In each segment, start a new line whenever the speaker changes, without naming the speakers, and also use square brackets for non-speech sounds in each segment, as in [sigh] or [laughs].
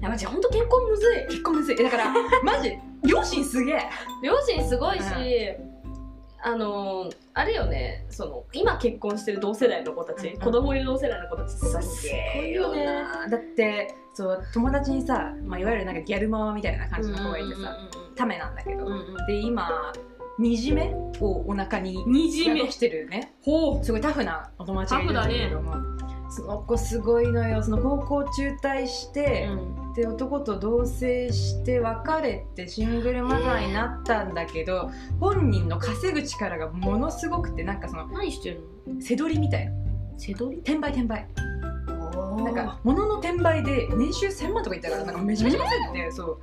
マジ本当結婚むずい
結婚むずいだから
[laughs]
マジ両親すげえ
両親すごいし、あのーあれよねその今結婚してる同世代の子たち、
うんうん
子供いる同世代の子たちってさ
す
す
げ
ご
え
い
よ
よね
なだってそう友達にさ、まあ、いわゆるなんかギャルママみたいな感じの子がいてさためなんだけど、
うんうん
で今にじめをお腹に
にじめ
してるね
ほ
すごいタフなお友達がいるんだけども、その子すごいのよその高校中退して、で男と同棲して別れてシングルマザーになったんだけど本人の稼ぐ力がものすごくてなんかその
何してる
背取りみたいな
の背取り
転売転売
な
なんか物の転売で年収1000万とかいったからなんかめちゃめちゃ稼いでて、そう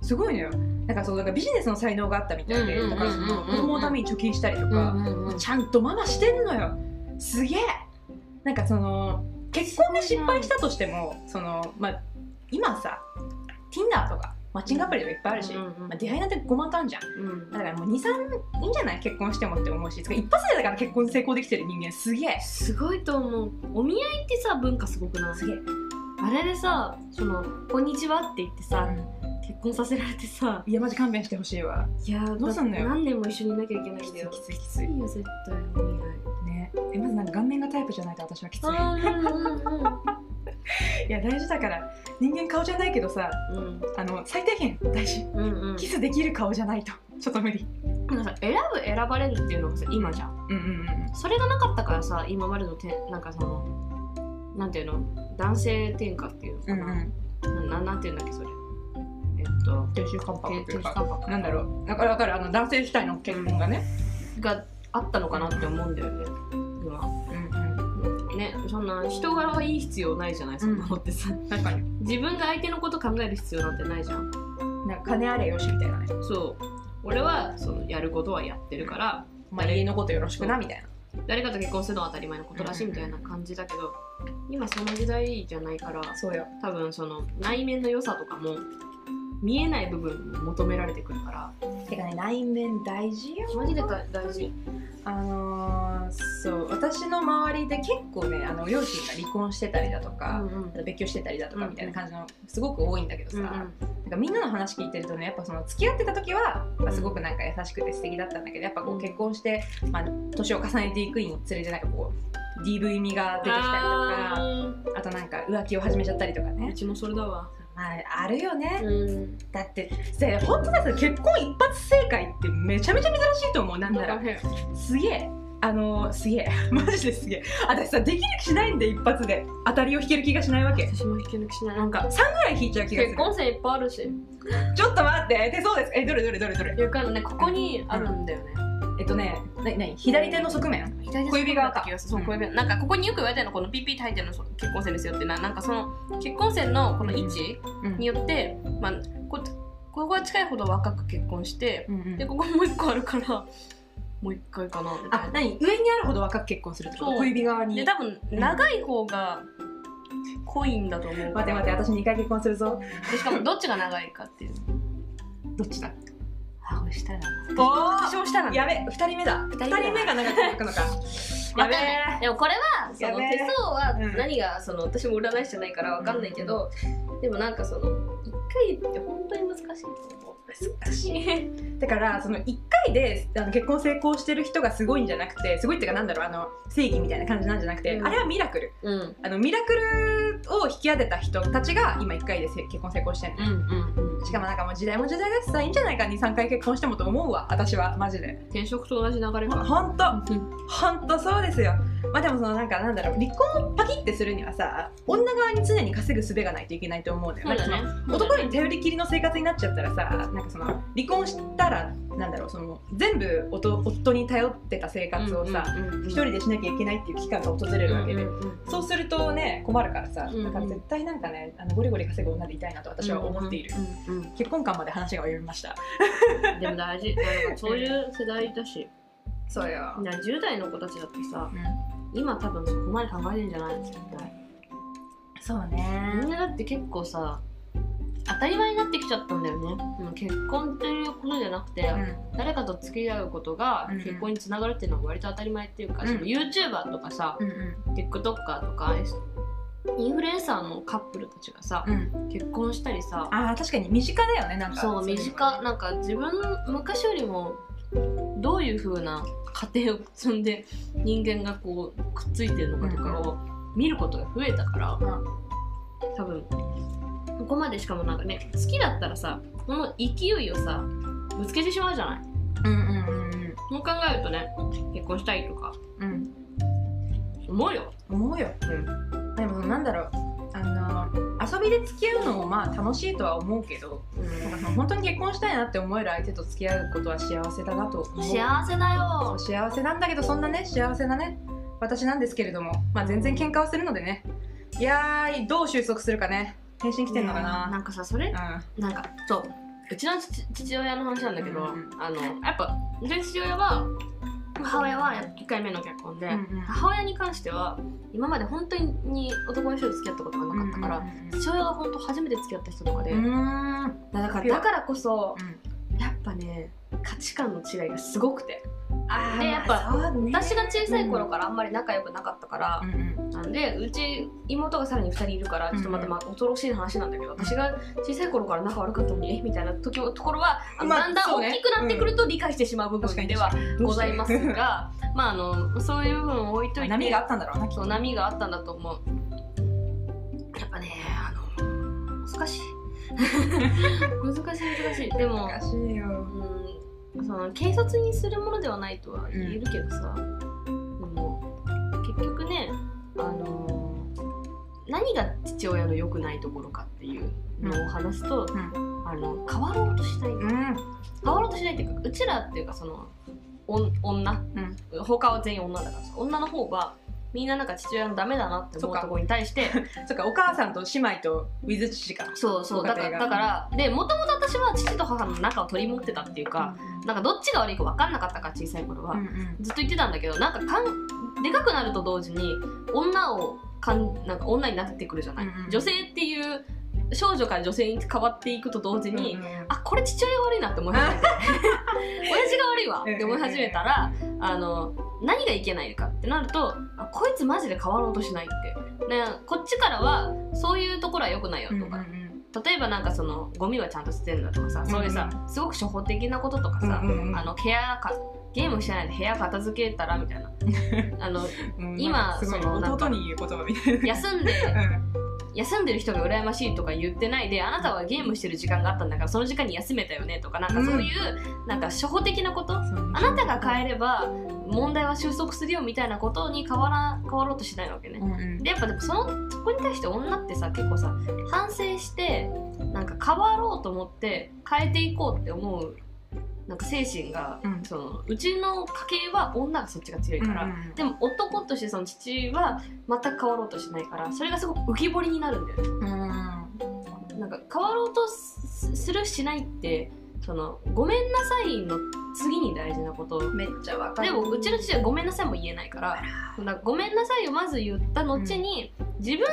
すごいのよなんかそうなんかビジネスの才能があったみたいで
うんうん
だ
うん
からその子供のために貯金したりと
うん
か、
うんうん
ちゃんとママしてんのよすげえなんかその結婚で失敗したとしてもその、まあ、今さ Tinder とかマッチングアプリとかいっぱいあるし、
うんうん
まあ、出会いなんて5万とあるじゃん
うん
だからもう23いいんじゃない結婚してもって思うしつか一発でだから結婚成功できてる人間すげえ
すごいと思うお見合いってさ文化すごくない
すげえ、
あれでさ「そのこんにちは」って言ってさ、結婚させられてさ
いやマジ勘弁してほしいわ
いやー
どうすんのよ
だ何年も一緒にいなきゃいけないんだよ
き
き
ついき
つ
つい
いよ絶対お見合い
ねえまずなんか顔面がタイプじゃないと私はきつい
あーうん
いや大事だから人間顔じゃないけどさ
うん
あの最低限大事
うんうんうん
キスできる顔じゃないとちょっと無理
なんかさ選ぶ選ばれるっていうのがさ今じゃん
うんうんうん
それがなかったからさ今までのてなんかそのなんていうの男性転嫁っていうのかな,、
ん
ななんていうんだっけそれえっと
亭主関白
亭
とい
亭
う
主
か
関白
なんだろうだからわかるあの男性主体の結婚がね
があったのかなって思うんだよね今
うんうん
ねそんな人柄はいい必要ないじゃないそんなのってさ、
確かに
自分が相手のこと考える必要なんてないじゃん
なんか金あれよしみたいなね
そう俺はそのやることはやってるから
お前家のことよろしくなみたいな
誰かと結婚するのは当たり前のことらしいみたいな感じだけど今その時代じゃないから
そうよ
多分その内面の良さとかも見えない部分も求められてくるから
てかね内面大事よ
マジで大大事
あのーそう私の周りで結構ねあの両親が離婚してたりだと
う
か、
んうん
別居してたりだとかみたいな感じのすごく多いんだけどさ、なんかみんなの話聞いてるとねやっぱその付き合ってた時はまあすごくなんか優しくて素敵だったんだけどやっぱこ
う
うん結婚して、まあ、年を重ねていくにつれてなんかこう DV 味が出てきたりとかあ
あ
となんか浮気を始めちゃったりとか
ーう
ね、
ちもそれだわ
まあ、あるよね、
うん
だってせ本当だよ結婚一発正解ってめちゃめちゃ珍しいと思うなんならすげえあのすげえ [laughs] マジですげえ私さできる気しないんで一発で当たりを引ける気がしないわけ
私も引き抜きしないなんか
3ぐらい引いちゃう気がする
結婚生いっぱいあるし
ちょっと待って手そうですえどれどれどれどれ
よくあるねここにあるんだよね
えっとね、なになに左手の側面
小
小
指
指
が
が
赤
赤
そう小指なんかここによく言われたのこのピーピーって入ってるのそう結婚線ですよってななんかその結婚線のこの位置に
に
よって、まあ、こここが近いほど若く結婚してで
で
ここもう一個あるからもう一回かなみた
あ、
いな
なに上にあるほど若く結婚するってこ
そう
と小指側に
で
待
多分長い方が濃いんだと思う
って待って私2回結婚するぞ
でしかもどっちが長いかっていう
どっちだ
あこれ下だな
お
私も下なんだ
やべ2人目だ2
人目だ
人目が長く続 [laughs] くのか
わかんないでもこれはその
やべえ
手相は
うん
何がその私も占い師じゃないからわかんないけど、でもなんかその一回って本当に難しいと思う難しい
だからその1回であの結婚成功してる人がすごいんじゃなくてすごいっていうかなんだろうあの正義みたいな感じなんじゃなくて、
うん
あれはミラクル
[laughs] うん
あのミラクルを引き当てた人たちが今1回でせ結婚成功してる
うんうんうん
しかもなんかもう時代も時代だしさいいんじゃないか23回結婚してもと思うわ私はマジで
転職と同じ流れ
ほ
か
ほんと
うん
ほんとそうですよまあでもそのなんかなんだろう離婚をパキってするにはさ女側に常に稼ぐ術がないといけないと思うのよ
そうだ
な
ね
んかその男に頼りきりの生活になっちゃったらさなんかその離婚したらなんだろうその全部夫夫に頼ってた生活をさ
うんうんうん
一、人でしなきゃいけないっていう期間が訪れるわけで、
うんうんうん
そうするとね困るからさ、
うん
だから絶対なんかねあのゴリゴリ稼ぐ女でいたいなと私は思っている、
うんうんうん
結婚観まで話が及びました
でも
[laughs]
大事なんかそういう世代だし
そうよ、
な10代の子たちだってさ今多分そこまで考えてんじゃないの絶対
そうね
みんなだって結構さ当たり前になってきちゃったんだよねでも結婚っていうことじゃなくて、誰かと付き合うことが
うんうん
結婚につながるっていうのは割と当たり前っていうか、
うん
その YouTuber とかさ
うんうん
TikToker とか、S- インフルエンサーのカップルたちがさ、
うん、
結婚したりさ
あー確かに身近だよねなんか
そう身近
な
なんか自分昔よりもどういう風な家庭を積んで人間がこうくっついてるのかとかを見ることが増えたから、
うん
多分ここまでしかもなんかね好きだったらさこの勢いをさぶつけてしまうじゃない
うんうんうん
そう考えるとね結婚したいとか
うんうん
思うよ、
思うよ
うん、
でもなんだろうあの遊びで付き合うのもまあ楽しいとは思うけどなんかその本当に結婚したいなって思える相手と付き合うことは幸せだなと思う
幸せだよ
幸せなんだけどそんなね幸せなね私なんですけれどもまあ全然喧嘩をするのでねいやーどう収束するかね返信来てんのか
ねな
なん
かさそれなんかそううちの父父親の話なんだけど、
うんうん
あのやっぱうちの父親は母親は1回目の結婚で、
うんうん
母親に関しては今まで本当に男の人と付き合ったことが
う
なんかったから、父親は本当初めて付き合った人とかで、
うんうんうん
だか
ピ
ら
ュア
だからこそ
うん
やっぱね価値観の違いがすごくて
あー
でやっぱ
まあそうね
私が小さい頃からあんまり仲良くなかったから、
うんうん
なんでうち妹がさらに2人いるからちょっとまたまあ恐ろしい話なんだけど、私が小さい頃から仲悪かったのにえみたいな時もところは、あの
まあ
だんだん
そう
大
ね
きくなってくると理解してしまう部分ではございますが、まああのそういう部分を置いといて
波があったんだろうなきっ
そう波があったんだと思うやっぱねあの難しい [laughs] 難しい難しいで
と
も
おかしいよ
うんその軽率にするものではないとは言えるけどさ、でも結局ね、あのー何が父親の良くないところかっていうのを話すと、
ん
あの変わろうとしない、
うん
変わろうとしないっていうかうちらっていうかそのお女、他は全員女だからさ女の方はみんななんか父親のダメだなって
そ
思
っ
う
か
ところに対して
[laughs] そっかお母さんと姉妹とウィズ父か
そうそう
ご
だ
家
か
庭
ら
が
だからでもともと私は父と母の仲を取り持ってたっていうか、なんかどっちが悪いか分かんなかったから小さい頃は、
うんうん
ずっと言ってたんだけどなんかかんでかくなると同時に女をかんなんか女になってくるじゃない、
うんうん
女性っていう少女から女性に変わっていくと同時に、
うんうん
あこれ父親悪いなって思い始めて親父が悪いわって思い始めたらあの何がいけないかってなるとあこいつマジで変わろうとしないってでこっちからはそういうところは良くないよとか、
うんうん
例えばなんかそのゴミはちゃんと捨てるんだとかさそういうさ、すごく初歩的なこととか
う
さ、
んうんうん
あの部屋かゲームしてないで部屋片付けたらみたいなあの
うん
今
すごい
そのなんか
弟に言う言葉みたいな
休んで
うん
休んでる人が羨ましいとか言ってないであなたはゲームしてる時間があったんだからその時間に休めたよねとかなんかそういう、なんか初歩的なことあなたが変えれば問題は収束するよみたいなことに変わら変わろうとしないわけね
う。んうん
でやっぱでもそのそこに対して女ってさ結構さ反省してなんか変わろうと思って変えていこうって思うなんか精神が、
うん
そのうちの家系は女がそっちが強いから、
うん
でも男としてその父は全く変わろうとしないからそれがすごく浮き彫りになるんだよね
うん
なんか変わろうとすするしないってその「ごめんなさい」の次に大事なこと
めっちゃわかる
でもうちの父は「ごめんなさい」も言えないから「なんかごめんなさい」をまず言った後に、自分で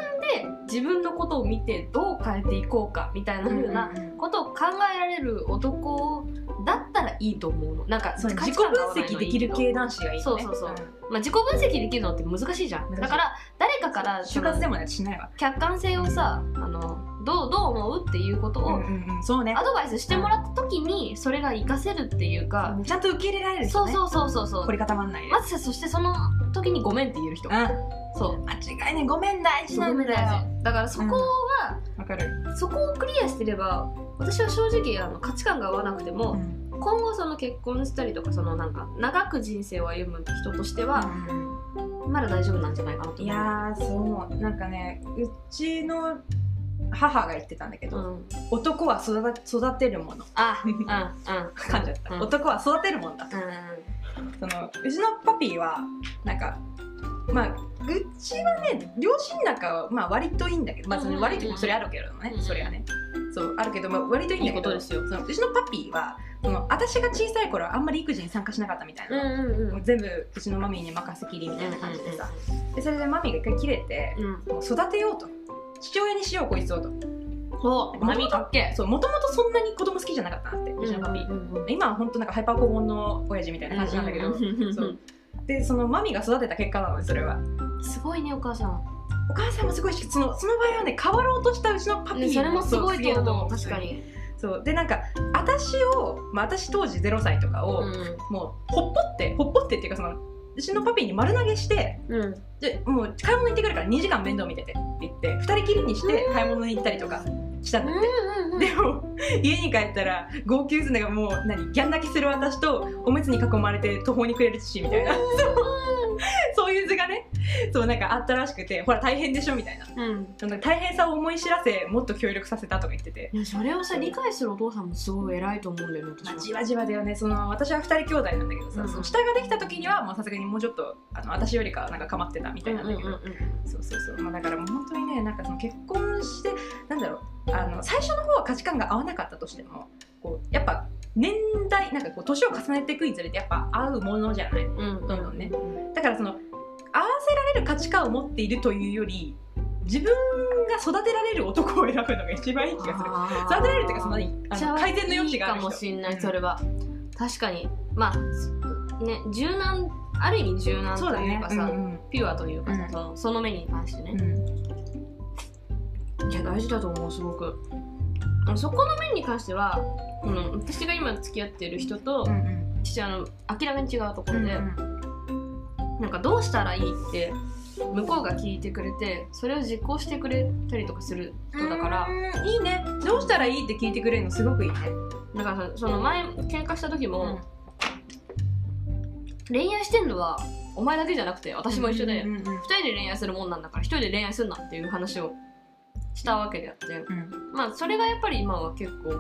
自分のことを見てどう変えていこうかみたいな
うんうん
風
うん
なことを考えられる男だったらいいと思うのなんか
そう
価
自
値
己
観が合わな
分
い
析
のはい
で
い
き
け
る
ど
系男子がいいね
そうそうそうんまあ、自己分析できるのって難しいじゃん
難しい
だから誰かから
就活で
も
もねしないわ
客観性をさあのどうどう思うっていうこと
う
を
んうんうんそうね
アドバイスしてもらった時にそれが活かせるっていうか、
ちゃんと受け入れられる
そ
人
う
ね
そうそうそうそう
凝り固まんないで
まずさそしてその時にごめんって言える人、
うん
そう
間違いねごめん大事なんだよ
だからそこは、
わかる
そこをクリアしてれば私は正直あの価値観が合わなくても、
うん
今後その結婚したりとかそのなんか長く人生を歩む人としては、まだ大丈夫なんじゃないかなと思う
いやーそう思うなんかねうちの母が言ってたんだけ
う
ど
ん
男は育て育てるもの
あうんうんうん
噛んじゃった
うん
男は育てるもんだそのうちのパピーはなんかまあうちはね両親仲はまあ割といいんだけど、まあ、それ
うん
割とそれあるけどね、
うん
それはねそうあるけど、まあ、割といいんだけど
いいことですよ
そのうちのパピーはその私が小さい頃はあんまり育児に参加しなかったみたい
うんう
な、
んうんうんうんうん
もう全部うちのマミーに任せきりみたいな感じでさ、でそれでマミーが一回切れて、
うん
もう育てようと父親にしようこいつをと
そうマミーかっけ
そうもともとそんなに子供好きじゃなかったなって
う
うんちのパピー、
うんうん
今は本当なんかハイパー高音の親父みたいな感じなんだけど、
うんうんうんうん
そうでそのマミが育てた結果なのでそれは
すごいねお母さん
お母さんもすごいしそのその場合はね変わろうとしたうちのパピー
ねそれもすごいと思う
そう
確かに、
そうでなんか私を、まあ、私当時0歳とかを、
うん
もうほっぽってほっぽってっていうかそのうちのパピーに丸投げして
うん、
でもう買い物行ってくるから2時間面倒見ててって言って2人きりにして買い物に行ったりとかしたの
うんうん
でも家に帰ったら号泣するのがもう何ギャン泣きする私とおむつに囲まれて途方に暮れる父みたいなそういう図がねそうなんかあったらしくてほら大変でしょみたいな
うん
なんか大変さを思い知らせもっと協力させたとか言ってて
いやそれをさ理解するお父さんもすごい偉いと思うんだよね
まあ、
私
じ
は。
わじわだよねその私は2人兄弟なんだけどさ、
うん
その下ができた時にはもうさすがにもうちょっとあの私よりかはなんか構ってたみたいなんだけど、そうそうそう、まあ、だからもう本当にねなんかその結婚してなんだろうあの最初の方は価値観が合わなかったとしてもこうやっぱ年代なんかこう年を重ねていくにつれてやっぱ合うものじゃない
うんうん
どんどんねだからその合わせられる価値観を持っているというより自分が育てられる男を選ぶのが一番いい気がする育てられるっていうかその何あの改善の余地がある
いいかも
人
しんないそれは、確かにまあね柔軟ある意味柔軟というかさ、
うん
ピュアというかさ、
うん
そのその目に関してね
う、ん
いや大事だと思うすごくあのそこの面に関しては、この私が今付き合ってる人と
うんうん
父親の明らかに違うとこ
う
ろ
ん
で、なんかどうしたらいいって向こうが聞いてくれてそれを実行してくれたりとかする人だから、
うんいいねどうしたらいいって聞いてくれるのすごくいいね、
だからさその前喧嘩した時も、恋愛してんのはお前だけじゃなくて私も一緒で、
うんうんうん
2人で恋愛するもんなんだから1人で恋愛すんなっていう話をしたわけであってまあそれがやっぱり今は結構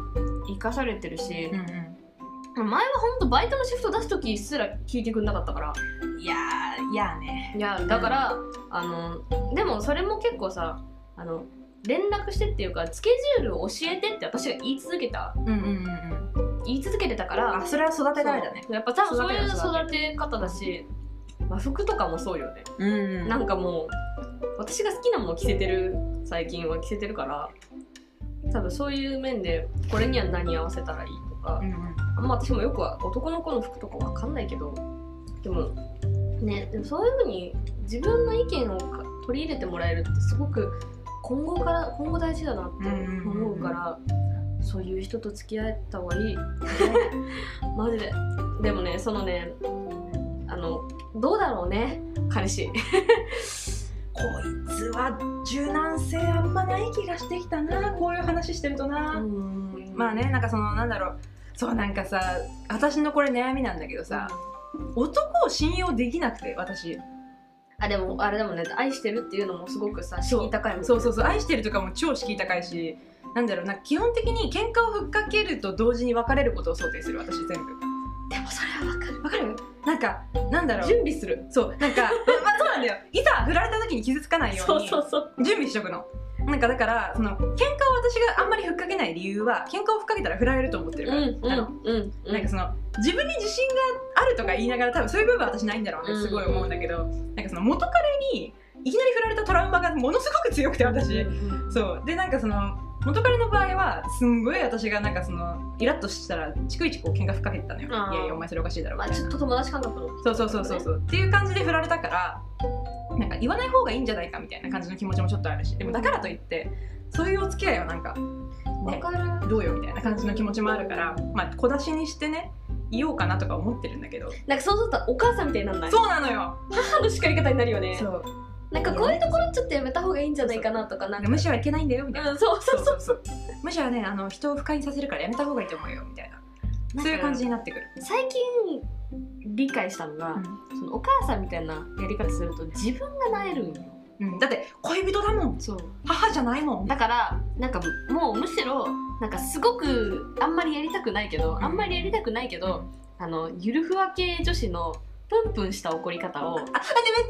生かされてるし、前はほんとバイトのシフト出す時すら聞いてくんなかったから
いやーいやーね
いやだから、あのでもそれも結構さあの連絡してっていうかスケジュールを教えてって私が言い続けた
うんうんうんうん
言い続けてたから
あそれは育てられたね
そうやっぱ多分そういう
育てた育
育て方だし、まあ、服とかもそうよね、
うんうん
なんかもう私が好きなもの着せてる最近は着せてるから多分そういう面でこれには何合わせたらいいとか
う、ん [laughs] うん
あんま私もよくは男の子の服とかわかんないけどでもねでもそういうふうに自分の意見をか取り入れてもらえるってすごく今後から今後大事だなって思うから、そういう人と付き合えた方がいいマジででもねそのねあのどうだろうね彼氏
こいつは柔軟性あんまない気がしてきたなこういう話してるとな、まあねなんかそのなんだろうそうなんかさ私のこれ悩みなんだけどさ男を信用できなくて私
あでもあれでもね愛してるっていうのもすごくさ
そう
敷居高いもん
そうそうそう愛してるとかも超敷居高いしなんだろうな基本的に喧嘩をふっかけると同時に別れることを想定する私全部
でもそれはわかる
わかるなんかなんだろう
準備する
そう
[laughs]
なんかまあそうなんだよいざ振られた時に傷つかないよう
そう
に
そうそう
準備しとくのなんかだからその喧嘩を私があんまりふっかけない理由は喧嘩をふっかけたら振られると思ってるから、あの
うんう
なんかその自分に自信があるとか言いながら多分そういう部分は私ないんだろうね
うん
すごい思うんだけど、なんかその元彼にいきなり振られたトラウマがものすごく強くて私そうでなんかその元彼の場合はすんごい私がなんかそのイラッとしたら逐一こう喧嘩ふっかけてたのよ「い
あー
やいやお前それおかしいだろ」み
ま
た
あ
いな
ちょっと友達感覚の
そうそうそうそうそうっていう感じで振られたからなんか言わない方がいいんじゃないかみたいな感じの気持ちもちょっとあるしでもだからといってそういうお付き合いはなんか
わ
ね
かる
どうよみたいな感じの気持ちもあるから、まあ、小出しにしてね言おうかなとか思ってるんだけど
なんかそうするとお母さんみたいにならない
そうなのよ
母の叱り方になるよね
そう
なんかこういうところちょっとやめた方がいいんじゃないかなとかな
なんん
か
か無視はいけないんだよみたいな、
うんそうそ
そ
う
うそうそう無視はねあの人を不快にさせるからやめた方がいいと思うよみたいな
なんか
そういう感じになってくる、
最近理解したのが、そのお母さんみたいなやり方すると自分がなえるんよ
うんだって恋人だもん
そう
母じゃないもん
だからなんかもうむしろなんかすごくあんまりやりたくないけど、
ん
あんまりやりたくないけど、あのゆるふわ系女子のプンプンした怒り方を
あでめっ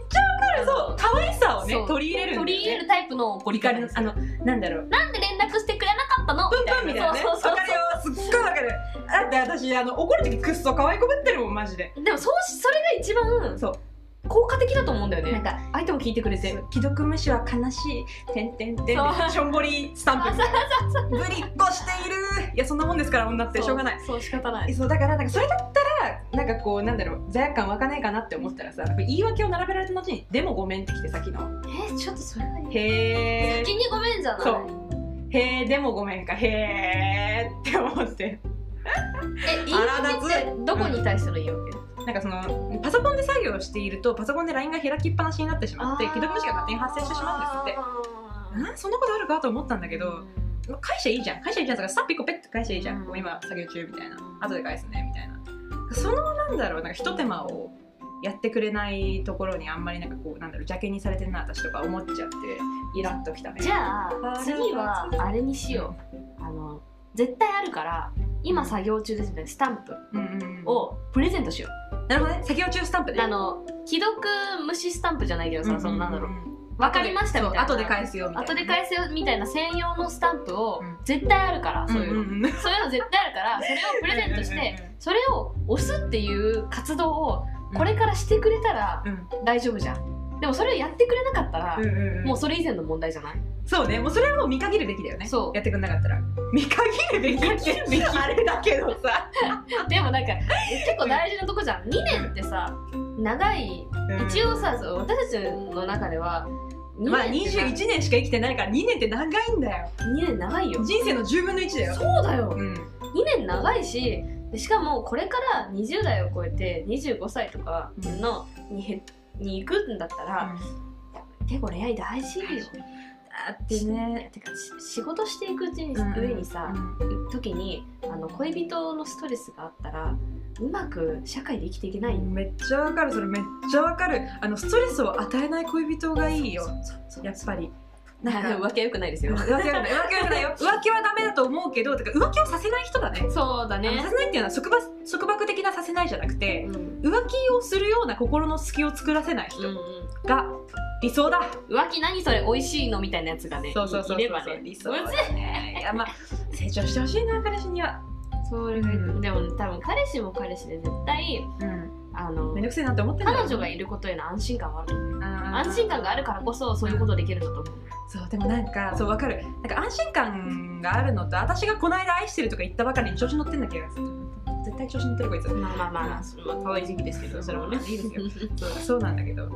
ちゃわかるそう可愛さをね
そう
取り入れるんだよね
取り入れるタイプの怒り
怒
方
りの
です
あのなんだろう
なんで連絡してくれなかったの
プンプンみたいなね
そう
わ
そうそう
かるよすっごいわかるだって私あの怒る時くっそ可愛い子ぶってるもんマジで
でもそうしそれが一番
そう
効果的だと思うんだよね
なんか
相手も聞いてくれて
既読無視は悲しいてんてんてん
そう
しょんぼりスタンプみたいなぶりっこしているいやそんなもんですから女ってしょうがない
そうそう仕方ない
そうだからなんかそれだったらなんかこうなんだろう罪悪感湧かないかなって思ったらさ言い訳を並べられた後に「でもごめん」ってきてさっきの
えちょっとそれ
「
はいい
へえ
先にごめんじゃない
そうへえでもごめんかへえ」って思って
え言い訳ってどこに対する言い訳、
なんかそのパソコンで作業しているとパソコンで LINE が開きっぱなしになってしまって既読無視が勝手に発生してしまうんですって
うん
あーそんなことあるかと思ったんだけどまあ返しゃいいじゃん返しゃいいじゃんだからさっぴこぺって返しゃいいじゃん、
うん
もう今作業中みたいな後で返すねみたいなそのなんだろうなんかひと手間をやってくれないところにあんまりなんかこうなんだろう邪険にされてんな私とか思っちゃってイラッときたね
じゃあ次はあれにしようあの絶対あるから今作業中ですみたいなスタンプ
うんうんうん
をプレゼントしよ
なるほどね作業中スタンプで
うあの既読無視スタンプじゃないけど
うんうんう
さ
ん
そのなんだろう分かりましたみたいな
後で返すよみたいな
後で返すよみたいな専用のスタンプを
うん
絶対あるからそういうの
んんん
そういうの絶対ある
[laughs]
からそれをプレゼントしてそれを押すっていう活動をこれからしてくれたら
うん
大丈夫じゃんでもそれをやってくれなかったら
うんうんうん
もうそれ以前の問題じゃない
そうねもうそれはもう見限るべきだよね
そう
やってくんなかったら見限るべき
見限るべき
[laughs] あれだけどさ
でもなんか結構大事なとこじゃん2年ってさ長い一応さそう私たちの中では2
まあ
年ってさ
21年しか生きてないから2年って長いんだよ
2年長いよ
人生の10分の1だよ
そうだよ
うん
2年長いしでしかもこれから20代を超えて25歳とかのにに行くんだったら、結構恋愛大事よ
あってね
てかし仕事していくうちに上にさ、時にあの恋人のストレスがあったらうまく社会で生きていけないよ
めっちゃわかるそれめっちゃわかるあのストレスを与えない恋人がいいよやっぱりなんか
なんか浮気は良くないで
[laughs]
すよ
浮気は良くない浮気は良くない
[laughs]
よ浮気はダメだと思うけどてか浮気をさせない人だね
そうだ
あのさせないっていうのは束縛束縛的なさせないじゃなくて、
うん
浮気をするような心の隙を作らせない人
うん
が理想だ、
うん浮気何それ美味しいのみたいなやつがね
そうそうそう
い
そ
れ
う
ばね
理想だねいやまあ成長してほしいな彼氏には、
それがいい
うん
でもね多分彼氏も彼氏で絶対
うん、
あの
めんどくせえなって思ってんだ
彼
ろう
女がいることへの安心感はあると思う
あー
安心感があるからこそそういうことできるんだと思う
そうでもなんかそうわかるなんか安心感があるのと私がこの間愛してるとか言ったばかりに調子乗ってんだけど絶対調子乗ってるこいつ
[laughs] まあまあまあ、まあ、可愛い時期ですけどそれもね
いいですよそうそうなんだけど